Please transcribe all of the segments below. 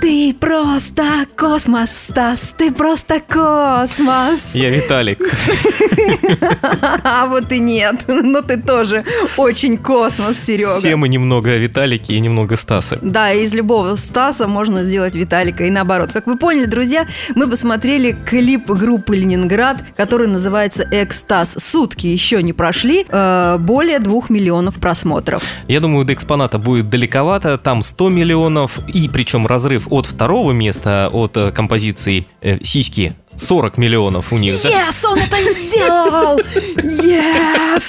Ты просто космос, Стас, ты просто космос. Я Виталик. А вот и нет, но ты тоже очень космос, Серега. Все мы немного Виталики и немного Стаса. Да, из любого Стаса можно сделать Виталика и наоборот. Как вы поняли, друзья, мы посмотрели клип группы «Ленинград», который называется «Экстаз». Сутки еще не прошли, э, более двух миллионов просмотров. Я думаю, до экспоната будет далековато, там 100 миллионов, и причем разрыв от второго места, от э, композиции э, «Сиськи», 40 миллионов у них. да? Yes, он это сделал! Yes!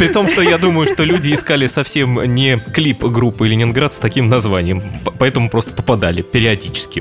При том, что я думаю, что люди искали совсем не клип группы «Ленинград» с таким названием, П- поэтому просто попадали периодически.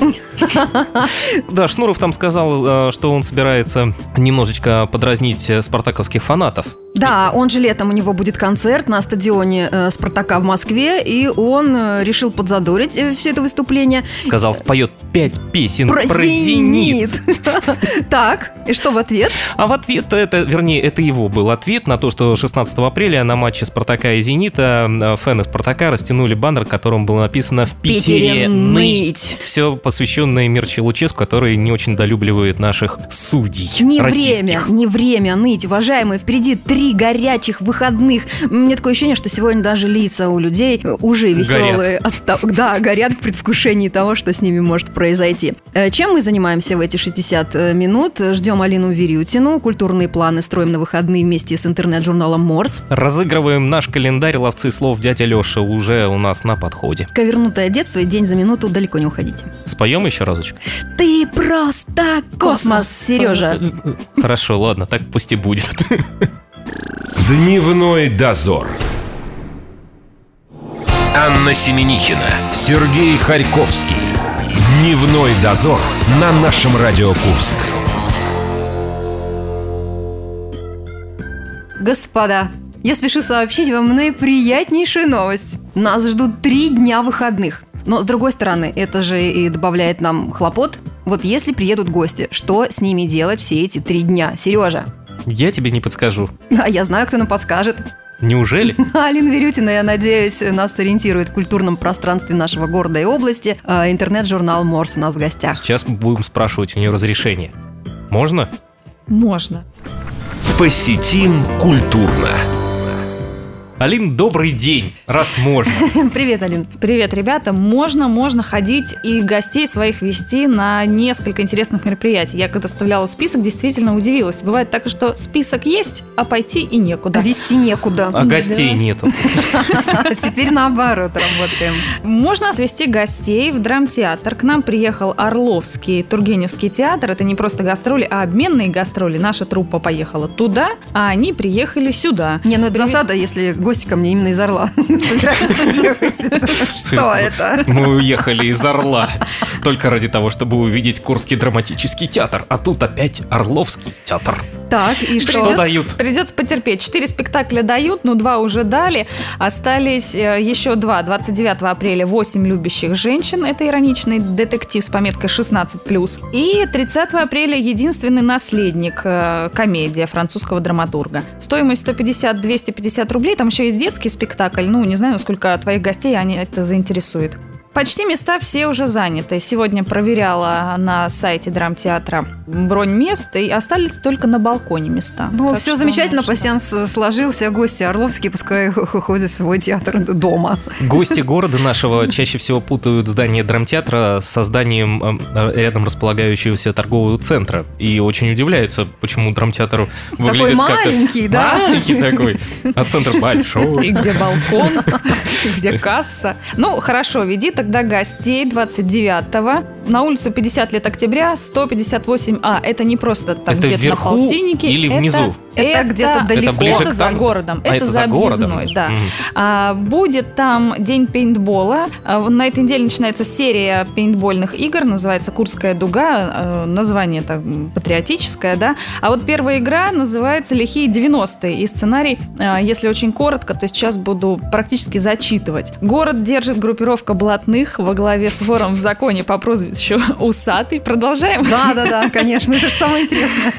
Да, Шнуров там сказал, э, что он собирается немножечко подразнить э, спартаковских фанатов. Да, он же летом у него будет концерт на стадионе э, Спартака в Москве, и он э, решил подзадорить э, все это выступление. Сказал, споет пять песен про, «Зенит». «Зенит». Так, и что в ответ? А в ответ это, вернее, это его был ответ на то, что 16 апреля на матче Спартака и Зенита э, фэны Спартака растянули баннер, в котором было написано «В Питере ныть». Все посвященное Мирче Луческу, который не очень долюбливает наших судей Не российских. время, не время ныть, уважаемые. Впереди три горячих выходных. Мне такое ощущение, что сегодня даже лица у людей э, уже веселые. от того- да, горят в предвкушении того, что с ними может произойти. Э, Чем мы занимаемся в эти 60 э, минут? Ждем Алину Верютину. Культурные планы строим на выходные вместе с интернет-журналом «Морс». Разыгрываем наш календарь «Ловцы слов» дядя Леша уже у нас на подходе. Ковернутое детство и день за минуту далеко не уходите. Споем еще разочек? Ты просто космос, Сережа. Хорошо, ладно, так пусть и будет. Дневной дозор. Анна Семенихина, Сергей Харьковский. Дневной дозор на нашем Радио Курск. Господа, я спешу сообщить вам наиприятнейшую новость. Нас ждут три дня выходных. Но, с другой стороны, это же и добавляет нам хлопот. Вот если приедут гости, что с ними делать все эти три дня? Сережа, Я тебе не подскажу. а я знаю, кто нам подскажет. Неужели? Алина Верютина, я надеюсь, нас сориентирует в культурном пространстве нашего города и области. А, Интернет-журнал «Морс» у нас в гостях. Сейчас мы будем спрашивать у нее разрешение. Можно? Можно. Посетим культурно. Алин, добрый день, раз можно. Привет, Алин. Привет, ребята. Можно, можно ходить и гостей своих вести на несколько интересных мероприятий. Я когда составляла список, действительно удивилась. Бывает так, что список есть, а пойти и некуда. Вести некуда. А гостей нету. Теперь наоборот работаем. Можно отвезти гостей в драмтеатр. К нам приехал Орловский Тургеневский театр. Это не просто гастроли, а обменные гастроли. Наша труппа поехала туда, а они приехали сюда. Не, ну это Привет. засада, если гости ко мне именно из Орла собираются приехать. Что это? Мы уехали из Орла только ради того, чтобы увидеть Курский драматический театр, а тут опять Орловский театр. Так, и Что что? дают? Придется потерпеть. Четыре спектакля дают, но два уже дали. Остались э, еще два. 29 апреля «Восемь любящих женщин». Это ироничный детектив с пометкой 16+. И 30 апреля «Единственный наследник». э, Комедия французского драматурга. Стоимость 150-250 рублей. Там еще есть детский спектакль. Ну, не знаю, насколько твоих гостей они это заинтересует. Почти места все уже заняты. Сегодня проверяла на сайте драмтеатра бронь мест, и остались только на балконе места. Ну, Так все что, замечательно, ну, что. пассианс сложился, гости Орловские пускай ходят в свой театр дома. Гости города нашего чаще всего путают здание драмтеатра со зданием эм, э, рядом располагающегося торгового центра. И очень удивляются, почему драмтеатр Такой выглядит как-то... маленький, да? Маленький такой, а центр И большой. где балкон, и где касса. Ну, хорошо, веди тогда гостей 29-го. На улицу 50 лет октября, 158А. А, Это не просто там Это где-то на вверху полтиннике. или это- внизу? Это, Это где-то далеко. Это, ближе к за Сан- городом. А, это, за городом. объездной, да. Мгм. А, будет там день пейнтбола. А, в- На этой неделе начинается серия пейнтбольных игр, называется «Курская дуга». Э, Название это м, патриотическое, да. А вот первая игра называется «Лихие 90-е». И сценарий, а, если очень коротко, то сейчас буду практически зачитывать. Город держит группировка блатных во главе с вором в законе по прозвищу Усатый. Продолжаем. Да, да, да, конечно, это же самое интересное.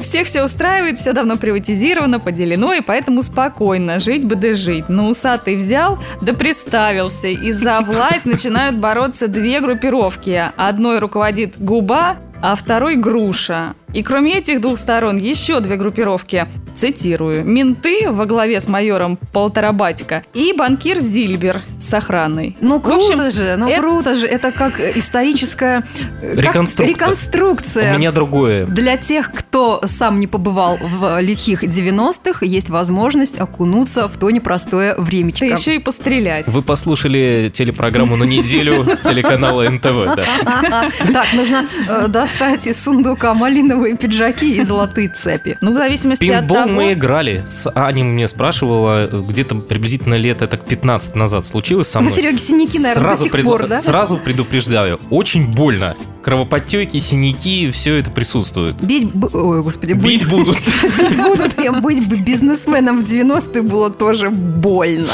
Всех все устраивает, все давно приватизировано, поделено, и поэтому спокойно, жить бы да жить. Но усатый взял, да приставился, и за власть начинают бороться две группировки. Одной руководит губа, а второй груша. И кроме этих двух сторон еще две группировки. Цитирую. Менты во главе с майором Полторабатько и банкир Зильбер с охраной. Ну В общем, круто же, ну это- круто же. Это как историческая э, как Реконструкция. реконструкция. У меня другое. Для тех, кто сам не побывал в лихих 90-х, есть возможность окунуться в то непростое Да времечко. еще и пострелять. Вы послушали телепрограмму на неделю телеканала НТВ, да. Так, нужно э, достать из сундука малиновые пиджаки и золотые цепи. Ну, в зависимости от Пинбол того... мы играли. С Аней мне спрашивала, где-то приблизительно лет это 15 назад случилось со Ну, мной. Сереге синяки, наверное, до сих пор, да? сразу предупреждаю, очень больно. Кровоподтеки, синяки, все это присутствует. Бить... б- Ой, господи, быть, Бить будут. бить будут. Я быть бы бизнесменом в 90-е было тоже больно.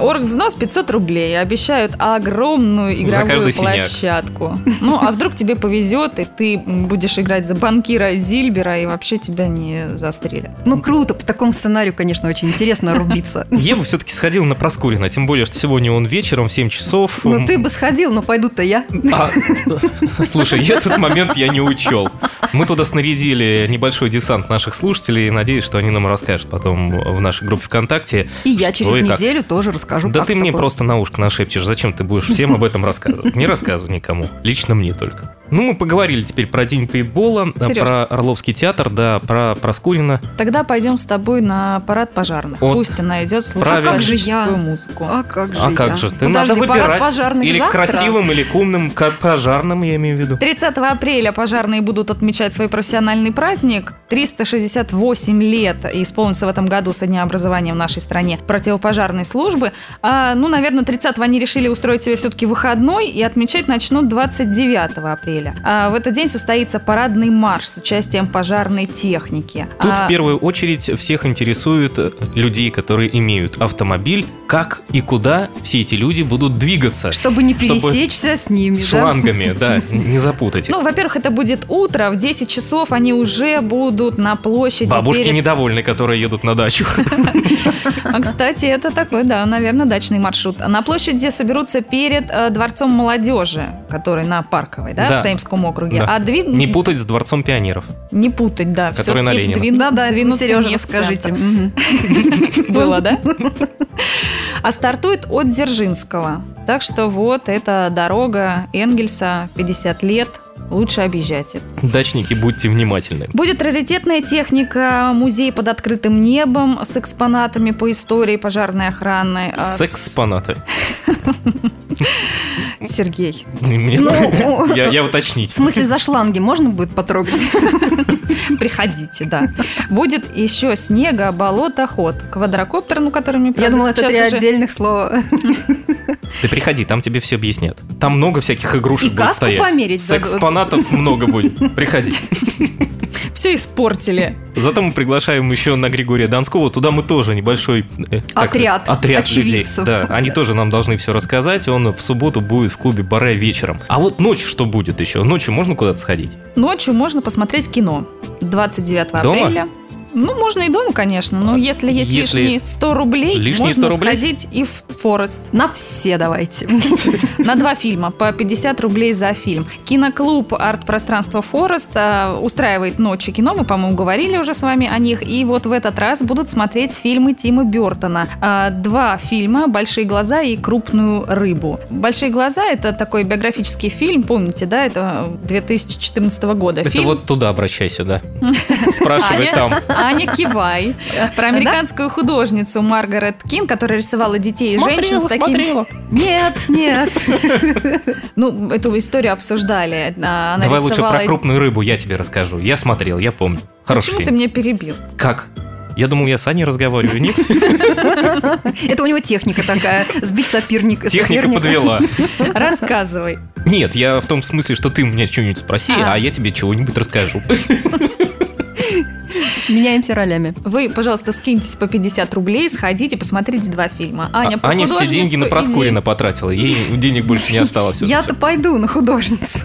Орг взнос 500 рублей. Обещают огромную каждый игровую синяк. площадку. Ну, а вдруг тебе повезет, и ты будешь играть за банкира Зильбера, и вообще тебя не застрелят. Ну, круто, по такому сценарию, конечно, очень интересно рубиться. Я бы все-таки сходил на Проскурина, тем более, что сегодня он вечером в 7 часов. Ну, ты бы сходил, но пойду-то я. А, слушай, я этот момент я не учел. Мы туда снарядили небольшой десант наших слушателей, и надеюсь, что они нам расскажут потом в нашей группе ВКонтакте. И я что через и как. неделю тоже расскажу, Да как ты это мне было. просто на ушко нашепчешь, зачем ты будешь всем об этом рассказывать? Не рассказывай никому, лично мне только. Ну, мы поговорили теперь про День пейнтбола, э, Серёж. про Орловский театр, да, про Проскурина. Тогда пойдем с тобой на парад пожарных. Вот. Пусть она идет слушать Правильно. А как же я? классическую музыку. А как же А я? как же? Ты Подожди, надо парад выбирать. пожарных Или завтра? красивым, или к умным, к пожарным, я имею в виду. 30 апреля пожарные будут отмечать свой профессиональный праздник. 368 лет исполнится в этом году со дня образования в нашей стране противопожарной службы. А, ну, наверное, 30-го они решили устроить себе все-таки выходной и отмечать начнут 29 апреля. А, в этот день состоится парадный марш с участием пожарной техники. Тут А, в первую очередь всех интересует э, людей, которые имеют автомобиль, как и куда все эти люди будут двигаться Чтобы не Чтобы пересечься с ними, с да? шлангами, да, не запутать. их. Ну, во-первых, это будет утро, в 10 часов они уже будут на площади Бабушки перед недовольны, которые едут на дачу. А, кстати, это такой, да, наверное, дачный маршрут. На площади соберутся перед э, Дворцом молодежи, который на Парковой, да, Да. в Саимском округе. Да. А двиг... Не путать с дворцом пионеров. Не путать, да. Который на всё-таки Ленина. двин- Да-да, двинуться Сережа, не в расскажите. центр. Мгм. Было, да? А стартует от Дзержинского. Так что вот эта дорога Энгельса, 50 лет. Лучше объезжать это. Дачники, будьте внимательны. Будет раритетная техника, музей под открытым небом с экспонатами по истории пожарной охраны. а, с- Секспонаты. Сергей. Мне- Ну, Я я В уточнить. смысле, за шланги можно будет потрогать? Приходите, да. Будет еще снега, болото, ход. Квадрокоптер, ну, который мне, Я правда, думала, это сейчас три уже- отдельных слова. Ты приходи, там тебе все объяснят. Там много всяких И игрушек будет каску стоять. померить. да, да. Секспонатов много будет. Приходи. Все испортили. Зато мы приглашаем еще на Григория Донского. Туда мы тоже небольшой э, как же, Отряд отряд людей. очевидцев. Да, они Да. тоже нам должны все рассказать. Он в субботу будет в клубе Баре вечером. А вот ночью что будет еще? Ночью можно куда-то сходить? Ночью можно посмотреть кино. Дома? 29 А, апреля. Ну, можно и дома, конечно, но если есть Если лишние 100 рублей, лишние 100 можно рублей? сходить и в Форест. На все давайте. На два фильма, по 50 рублей за фильм. Киноклуб «Арт-пространство Форест» э, устраивает ночи кино, мы, по-моему, говорили уже с вами о них, и вот в этот раз будут смотреть фильмы Тима Бертона. Э, Два фильма «Большие глаза» и «Крупную рыбу». «Большие глаза» — это такой биографический фильм, помните, да, это 2014 года Это фильм. вот туда обращайся, да. А Спрашивай я- там. А Аня Кивай, про американскую художницу Маргарет Кин, которая рисовала детей и женщин с такими... Нет, нет. Ну, эту историю обсуждали. А, Она Давай лучше рисовала... про крупную рыбу я тебе расскажу. Я смотрел, я помню. Хороший Почему ты фильм. меня перебил? Как? Я думал, я с Аней разговариваю. Нет, Это у него техника такая, сбить соперника. техника соперника. подвела. Рассказывай. Нет, я в том смысле, что ты у меня что-нибудь спроси, А. а я тебе чего-нибудь расскажу. Меняемся ролями. Вы, пожалуйста, скиньтесь по 50 рублей, сходите, посмотрите два фильма. Аня, про А Аня все художницу деньги на и Проскурина потратила, ей денег больше не осталось. уже. Я-то пойду на художницу.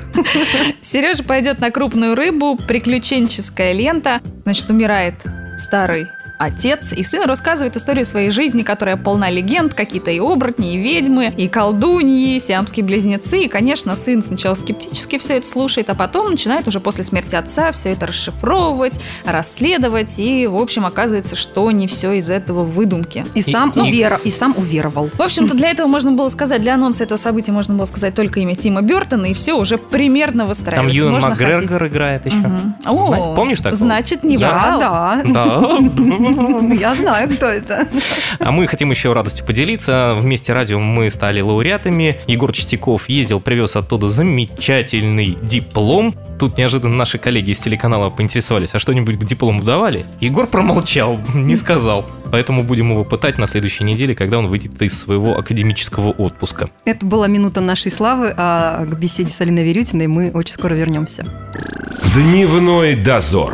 Сережа пойдет на крупную рыбу, приключенческая лента. Значит, умирает старый отец, и сын рассказывает историю своей жизни, которая полна легенд, какие-то и оборотни, и ведьмы, и колдуньи, и сиамские близнецы. И, конечно, сын сначала скептически все это слушает, а потом начинает уже после смерти отца все это расшифровывать, расследовать, и, в общем, оказывается, что не все из этого выдумки. И сам, и- увера- и сам уверовал. В общем-то, для этого можно было сказать, для анонса этого события можно было сказать только имя Тима Бертона, и все уже примерно Там выстраивается. Юэн Можно ходить. Макгрегор играет еще. Мгм. Зна- О, Помнишь такого? Значит, не Я, врал. да. Да. Я знаю, кто это. А мы хотим еще радостью поделиться. Вместе радио мы стали лауреатами. Егор Чистяков ездил, привез оттуда замечательный диплом. Тут неожиданно наши коллеги из телеканала поинтересовались, а что-нибудь к диплому давали? Егор промолчал, не сказал. Поэтому будем его пытать на следующей неделе, когда он выйдет из своего академического отпуска. Это была минута нашей славы, а к беседе с Алиной Верютиной мы очень скоро вернемся. Дневной дозор.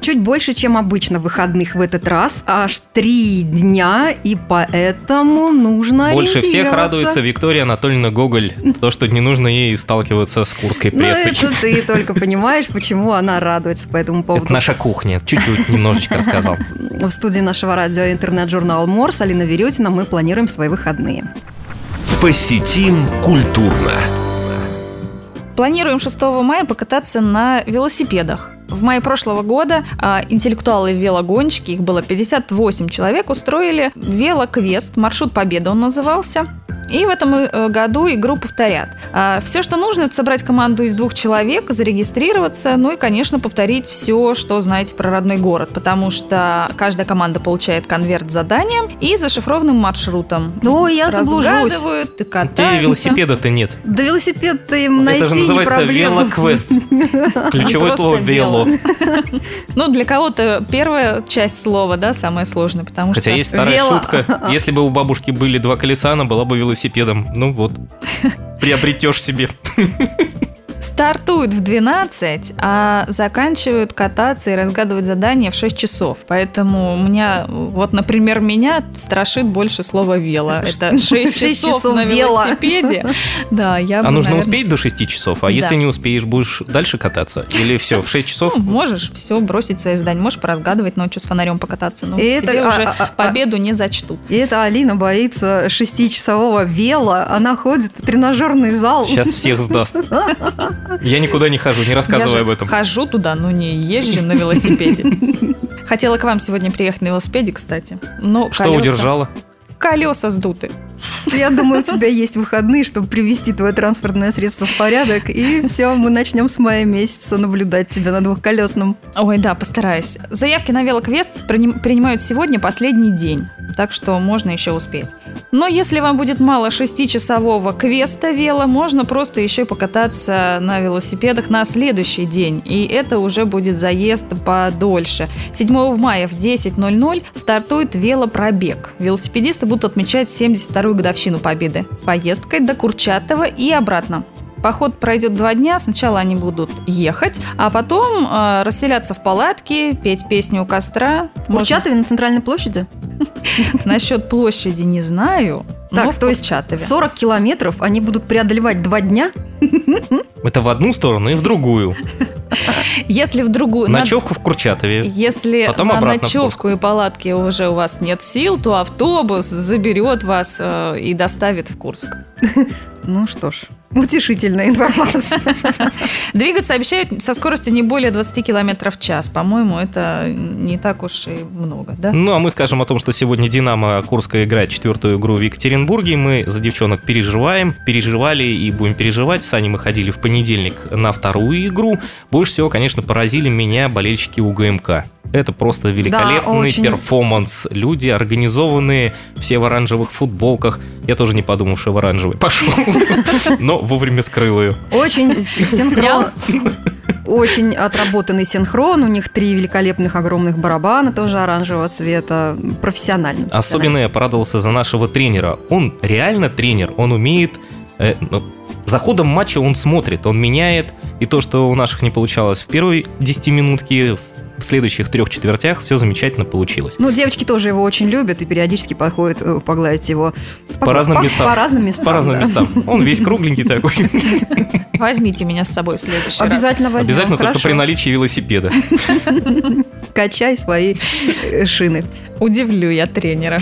Чуть больше, чем обычно выходных в этот раз, аж три дня, и поэтому нужно Больше всех ориентироваться. радуется Виктория Анатольевна Гоголь. То, что не нужно ей сталкиваться с курткой Ну, прессы. это ты только понимаешь, почему она радуется по этому поводу. Это наша кухня. Чуть-чуть немножечко рассказал. В студии нашего радио и интернет-журнал «Морс» Алина Верютина мы планируем свои выходные. Посетим культурно. Планируем 6 мая покататься на велосипедах. В мае прошлого года а, интеллектуалы-велогонщики, их было 58 человек, устроили велоквест, маршрут победы он назывался. И в этом э, году игру повторят. все, что нужно, это собрать команду из двух человек, зарегистрироваться, ну и, конечно, повторить все, что знаете про родной город, потому что каждая команда получает конверт с заданием и зашифрованным маршрутом. О, я заблужусь. Разгадывают, ты Где катаешься. велосипеда-то нет. Да велосипед-то им найти Это же называется не проблема. велоквест. Не Ключевое просто слово вело. Ну, для кого-то первая часть слова, да, самая сложная, потому Хотя что... есть старая Вело. шутка. Если бы у бабушки были два колеса, она была бы велосипедом. Ну вот. Приобретешь себе. Стартуют в 12, а заканчивают кататься и разгадывать задания в 6 часов. Поэтому у меня, вот, например, меня страшит больше слово «вело». Это 6 Шесть часов часов на вело. велосипеде. Да, я бы, А нужно наверное, успеть до 6 часов, а Да. если не успеешь, будешь дальше кататься? Или все, в 6 часов? ну, можешь все бросить свои задания, можешь поразгадывать ночью с фонарем покататься, но И это- тебе а, уже а, а, а. победу не зачтут. И это Алина боится шестичасового вела. Она ходит в тренажерный зал. Сейчас всех сдаст. Я никуда не хожу, не Я рассказывай же об этом. Хожу туда, но не езжу на велосипеде. Хотела к вам сегодня приехать на велосипеде, кстати. Но Что колеса- удержало? Колеса сдуты. Я думаю, у тебя есть выходные, чтобы привести твое транспортное средство в порядок. И все, мы начнем с мая месяца наблюдать тебя на двухколесном. Ой, да, постараюсь. Заявки на велоквест приним- принимают сегодня последний день, так что можно еще успеть. Но если вам будет мало шестичасового квеста вело, можно просто еще и покататься на велосипедах на следующий день, и это уже будет заезд подольше. 7 мая в 10.00 стартует велопробег. Велосипедисты будут отмечать 72-ю годовщину Победы поездкой до Курчатова и обратно. Поход пройдет два дня. Сначала они будут ехать, а потом э, расселяться в палатке, петь песню у костра. Можно- Курчатове на центральной площади? Насчет площади не знаю. Так, но в то есть Курчатове. 40 километров они будут преодолевать два дня. Это в одну сторону и в другую. Если в другую... на- Ночевка в Курчатове. Если Потом на обратно в ночевку и палатки уже у вас нет сил, то автобус заберет вас э, и доставит в Курск. Ну что ж, Утешительная информация. Двигаться обещают со скоростью не более 20 км в час. По-моему, это не так уж и много, да? Ну, а мы скажем о том, что сегодня «Динамо» Курска играет четвертую игру в Екатеринбурге. Мы за девчонок переживаем, переживали и будем переживать. Сани мы ходили в понедельник на вторую игру. Больше всего, конечно, поразили меня болельщики УГМК. Это просто великолепный очень. перформанс. Люди организованные, все в оранжевых футболках. Я тоже не подумавший в оранжевый пошел, но вовремя скрыл ее. Очень с- синхрон. Очень отработанный синхрон. У них три великолепных огромных барабана, тоже оранжевого цвета. Профессионально. Особенно я порадовался за нашего тренера. Он реально тренер, он умеет... э, ну, за ходом матча он смотрит, он меняет, и то, что у наших не получалось в первой 10 минутке, в- в следующих трех четвертях все замечательно получилось. Ну, девочки тоже его очень любят и периодически подходят э, погладить его. По разным местам. По разным местам, По разным да. местам. Он весь кругленький такой. Возьмите меня с собой в следующий раз. Обязательно возьмем. Обязательно только хорошо. при наличии велосипеда. Качай свои э, шины. Удивлю я тренера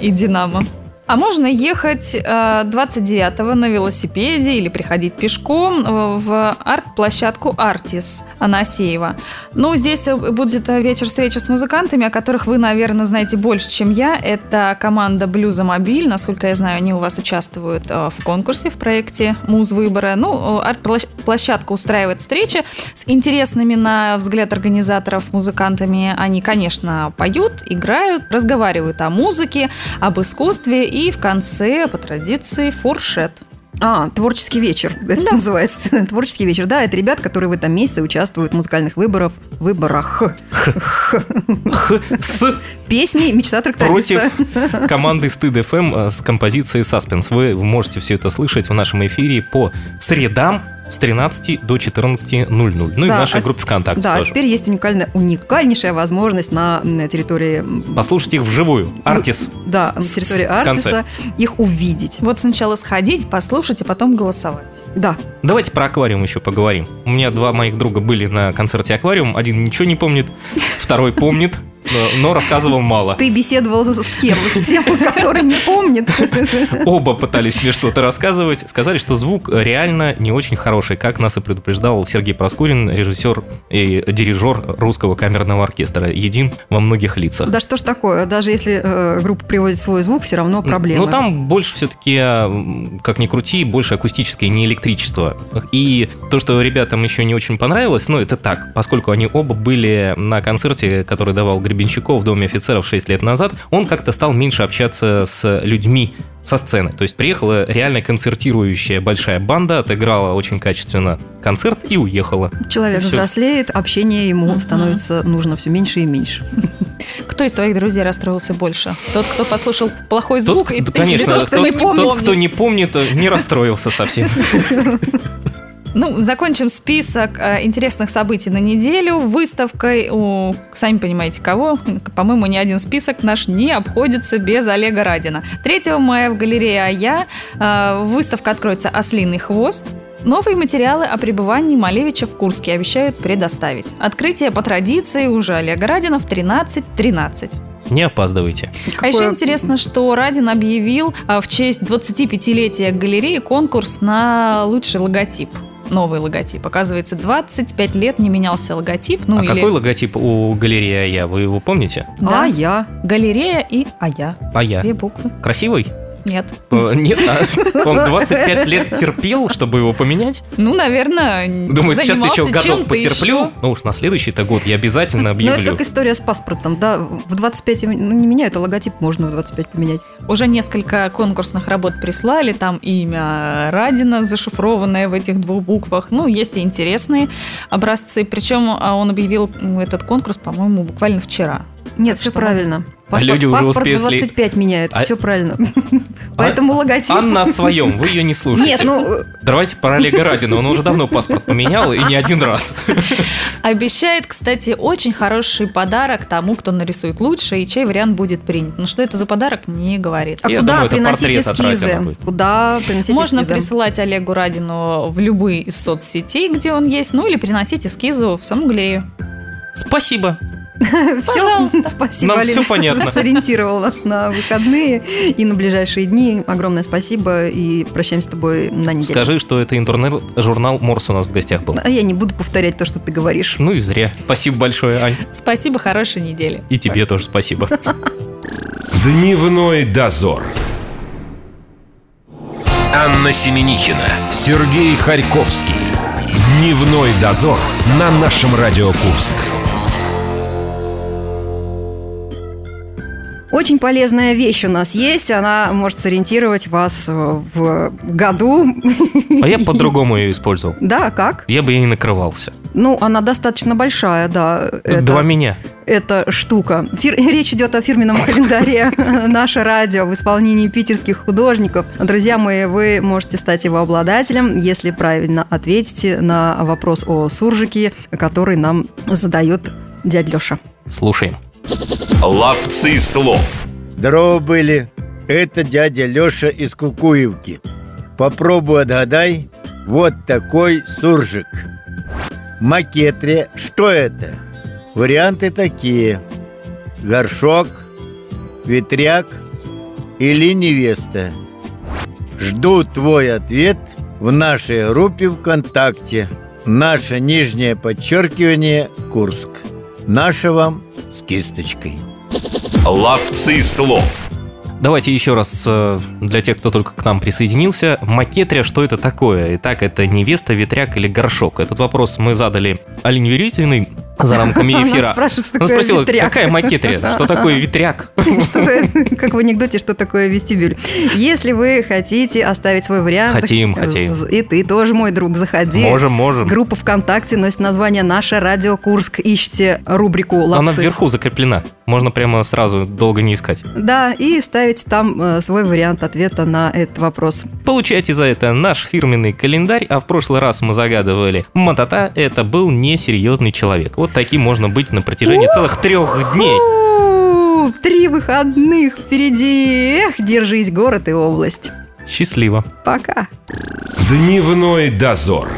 и Динамо. А можно ехать э, 29-го на велосипеде или приходить пешком э, в арт-площадку «Артис» Анасеева. Ну, здесь э, будет э, вечер встречи с музыкантами, о которых вы, наверное, знаете больше, чем я. Это команда «Блюзомобиль». Насколько я знаю, они у вас участвуют э, в конкурсе, в проекте «Муз выбора». Ну, э, арт-площадка устраивает встречи с интересными, на взгляд организаторов, музыкантами. Они, конечно, поют, играют, разговаривают о музыке, об искусстве и в конце, по традиции, фуршет. А, творческий вечер. Это Да. называется. Творческий вечер. Да, это ребят, которые в этом месяце участвуют в музыкальных выборах. Выборах. Х- С Песни «Мечта тракториста». против команды Стыд ФМ э, с композицией Саспенс. Вы можете все это слышать в нашем эфире по средам с 13 до 14.00. Ну и в Да, нашей а группе ВКонтакте Да, а тоже. теперь есть уникальная, уникальнейшая возможность на м, территории... м, Послушать их вживую. Артис. Да, на территории в конце. Артиса их увидеть. Вот сначала сходить, послушать, и потом голосовать. Да, Давайте про аквариум еще поговорим. У меня два моих друга были на концерте аквариум. Один ничего не помнит, второй помнит, но- но рассказывал мало. ты беседовал с с кем? С тем, который не помнит. Оба пытались мне что-то рассказывать. Сказали, что звук э, реально не очень хороший, как нас и предупреждал Сергей Проскурин, режиссер и дирижер русского камерного оркестра. Един во многих лицах. Да что ж такое, даже если э, группа приводит свой звук, все равно проблема. Но Ну, там больше все-таки, как ни крути, больше акустическое, не электричество. И то, что ребятам еще не очень понравилось, ну это так, поскольку они оба были на концерте, который давал Гребенщиков в Доме офицеров 6 лет назад, он как-то стал меньше общаться с людьми со сцены. То есть приехала реально концертирующая большая банда, отыграла очень качественно концерт и уехала. Человек Всё. взрослеет, общение ему Мгм. становится нужно все меньше и меньше. Кто из твоих друзей расстроился больше? Тот, кто послушал плохой звук? и- да, конечно, или тот, кто не помнит. тот, кто не помнит, э, не расстроился совсем. Ну, закончим список э, интересных событий на неделю выставкой у, сами понимаете, кого. По-моему, ни один список наш не обходится без Олега Радина. 3 мая в галерее «Ая» э, выставка откроется «Ослиный хвост». Новые материалы о пребывании Малевича в Курске обещают предоставить. Открытие по традиции уже Олега Радина в 13.13. Не опаздывайте. А еще Какое- интересно, что Радин объявил а, в честь 25-летия галереи конкурс на лучший логотип. Новый логотип. Оказывается, 25 лет не менялся логотип. Ну, а или какой логотип у галереи Ая? Вы его помните? Да. А я? галерея и А я. А я. Две буквы. Красивый? Нет. Э, Нет, а он 25 лет терпел, чтобы его поменять. Ну, наверное, Думает, сейчас занимался еще годок чем-то потерплю. еще. Ну уж на следующий-то год я обязательно Ну, это объявлю. как история с паспортом, да, в 25, ну, не меняют, а логотип можно в 25 поменять. Уже несколько конкурсных работ прислали, там имя Радина зашифрованное в этих двух буквах. Ну, есть и интересные образцы. Причем а, он объявил м, этот конкурс, по-моему, буквально вчера. Нет, все Что правильно. А люди уже паспорт успели в 25 меняют, А- все правильно. Поэтому логотип... Анна о своем, вы ее не слушаете. Нет, ну, э, Давайте про Олега Радина, он уже давно паспорт поменял и не один раз. Обещает, кстати, очень хороший подарок тому, кто нарисует лучше и чей вариант будет принят. Но что это за подарок, не говорит. а Я куда думаю, это приносить портрет от Радина эскизы? будет. Куда приносить Можно эскизы? присылать Олегу Радину в любые из соцсетей, где он есть, ну или приносить эскизу в саму галерею. Спасибо. Все, Пожалуйста. спасибо, Нам Алина, всё понятно. сориентировал нас на выходные и на ближайшие дни. Огромное спасибо и прощаемся с тобой на неделю. Скажи, что это интернет-журнал Морс у нас в гостях был. А я не буду повторять то, что ты говоришь. Ну и зря. Спасибо большое, Ань. Спасибо, хорошей недели. И тебе тоже спасибо. А Дневной дозор. Анна Семенихина, Сергей Харьковский. Дневной дозор на нашем Радио Курск. Очень полезная вещь у нас есть. Она может сориентировать вас э, в году. А я по-другому ее использовал. Да, как? Я бы и не накрывался. Ну, она достаточно большая, да. Два меня. эта штука. Фир- Речь идет о фирменном календаре «Наше радио» в исполнении питерских художников. Друзья мои, вы можете стать его обладателем, если правильно ответите на вопрос о суржике, который нам задает дядя Леша. Слушаем. Ловцы слов. Здорово были. Это дядя Леша из Кукуевки. Попробуй отгадай. Вот такой суржик. Макетре. Что это? Варианты такие. Горшок, ветряк или невеста. Жду твой ответ в нашей группе ВКонтакте. Наше нижнее подчеркивание Курск. Наше вам с кисточкой. Ловцы слов. Давайте еще раз э, для тех, кто только к нам присоединился. Макетрия, что это такое? Итак, это невеста, ветряк или горшок? Этот вопрос мы задали Алине Верютиной за рамками Она эфира. спрашивает, что Она такое спросила, ветряк. какая макетрия? Что такое ветряк? Что-то, как в анекдоте, что такое вестибюль. Если вы хотите оставить свой вариант... э, Хотим, хотим. И ты тоже, мой друг, заходи. Можем, можем. Группа ВКонтакте носит название «Наше радио Курск». Ищите рубрику «Лапсы». Она вверху закреплена. Можно прямо сразу долго не искать. Да, и ставите там э, свой вариант ответа на этот вопрос. Получайте за это наш фирменный календарь, а в прошлый раз мы загадывали Матата это был несерьезный человек. Вот таким можно быть на протяжении целых трех дней. У, Три выходных впереди. Эх, держись, город и область. Счастливо. Пока. Дневной дозор.